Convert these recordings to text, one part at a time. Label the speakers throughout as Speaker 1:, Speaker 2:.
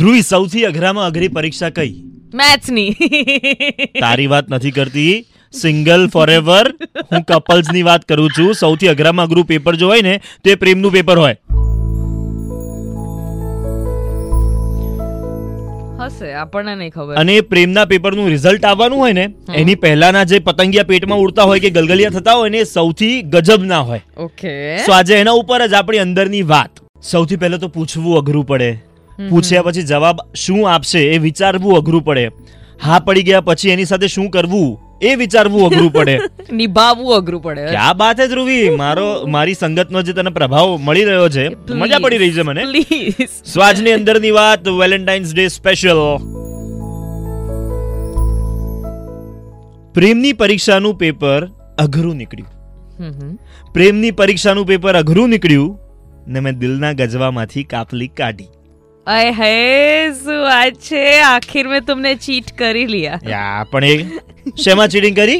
Speaker 1: ધ્રુવી સૌથી અઘરામાં અઘરી પરીક્ષા કઈ
Speaker 2: મેથ્સની
Speaker 1: તારી વાત નથી કરતી સિંગલ ફોરએવર હું કપલ્સ ની વાત કરું છું સૌથી અઘરામાં અઘરું પેપર જો હોય ને તો એ પ્રેમનું પેપર હોય
Speaker 2: હશે આપણને નહીં ખબર
Speaker 1: અને એ પ્રેમના પેપરનું રિઝલ્ટ આવવાનું હોય ને એની પહેલાના જે પતંગિયા પેટમાં ઉડતા હોય કે ગલગલિયા થતા હોય ને એ સૌથી ગજબ ના હોય
Speaker 2: ઓકે
Speaker 1: સો આજે એના ઉપર જ આપણી અંદરની વાત સૌથી પહેલા તો પૂછવું અઘરું પડે પૂછ્યા પછી જવાબ શું આપશે એ વિચારવું અઘરું પડે હા પડી ગયા પછી એની સાથે શું કરવું એ વિચારવું અઘરું પડે
Speaker 2: નિભાવવું અઘરું પડે
Speaker 1: ક્યાં વાત છે ધ્રુવી મારો મારી સંગતનો જે તને પ્રભાવ મળી રહ્યો છે મજા પડી રહી છે મને
Speaker 2: પ્લીઝ
Speaker 1: સો આજની અંદરની વાત વેલેન્ટાઇન્સ ડે સ્પેશિયલ પ્રેમની પરીક્ષાનું પેપર અઘરું નીકળ્યું પ્રેમની પરીક્ષાનું પેપર અઘરું નીકળ્યું ને મેં દિલના ગજવામાંથી કાપલી કાઢી
Speaker 2: અય હે શું વાત છે આખિર મેં તમને ચીટ કરી લિયા
Speaker 1: યા પણ એ શેમાં ચીટિંગ કરી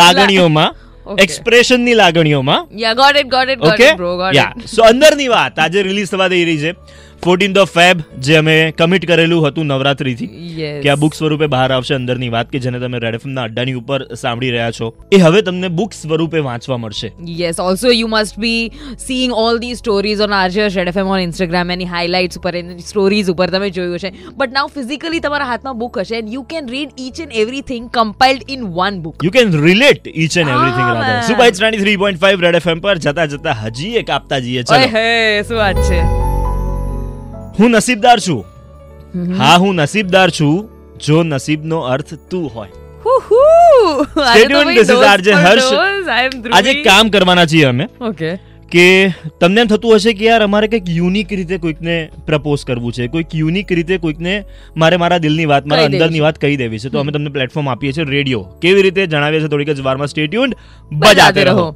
Speaker 1: લાગણીઓમાં
Speaker 2: Okay.
Speaker 1: એક્સપ્રેશનની લાગણીઓમાં
Speaker 2: yeah got it got it got
Speaker 1: okay
Speaker 2: it bro got
Speaker 1: yeah so અંદરની વાત આજે રિલીઝ થવા દઈ રહી છે ફોર્ટીન ઓફ ફેબ જે અમે કમિટ કરેલું હતું નવરાત્રીથી
Speaker 2: યસ
Speaker 1: કે આ બુક સ્વરૂપે બહાર આવશે અંદરની વાત કે જેને તમે રેડ એફએમના અડ્ડાની ઉપર સાંભળી રહ્યા છો એ હવે તમને બુક સ્વરૂપે વાંચવા મળશે
Speaker 2: Yes, also you must be seeing all these stories on RJ Red FM on Instagram, any highlights ઉપર એની stories ઉપર તમે જોયું હશે બટ નાવ ફિઝિકલી તમારા હાથમાં બુક હશે and you can read each and everything compiled in one book
Speaker 1: you can relate each and everything
Speaker 2: Ah,
Speaker 1: rather
Speaker 2: man.
Speaker 1: Super hits three point five red FM પર જતા જતા હજી એક આપતા જઈએ ચલો
Speaker 2: ઓય હે શું વાત છે
Speaker 1: હું નસીબદાર છું હા હું નસીબદાર છું જો નસીબનો અર્થ તું હોય
Speaker 2: હુ હુ
Speaker 1: Stay tuned, this is RJ Harsh.
Speaker 2: I am
Speaker 1: આજે એક કામ કરવાના છીએ અમે
Speaker 2: ઓકે
Speaker 1: કે તમને એમ થતું હશે કે યાર અમારે કંઈક યુનિક રીતે કોઈકને પ્રપોઝ કરવું છે કોઈક યુનિક રીતે કોઈકને મારે મારા દિલની વાત મારા
Speaker 2: કહી દેવી
Speaker 1: અંદરની વાત કહી દેવી છે તો અમે તમને પ્લેટફોર્મ આપીએ છીએ રેડિયો કેવી રીતે જણાવીએ છીએ થોડીક જ વારમાં સ્ટેટ્યુન્ડ બજાતે રહો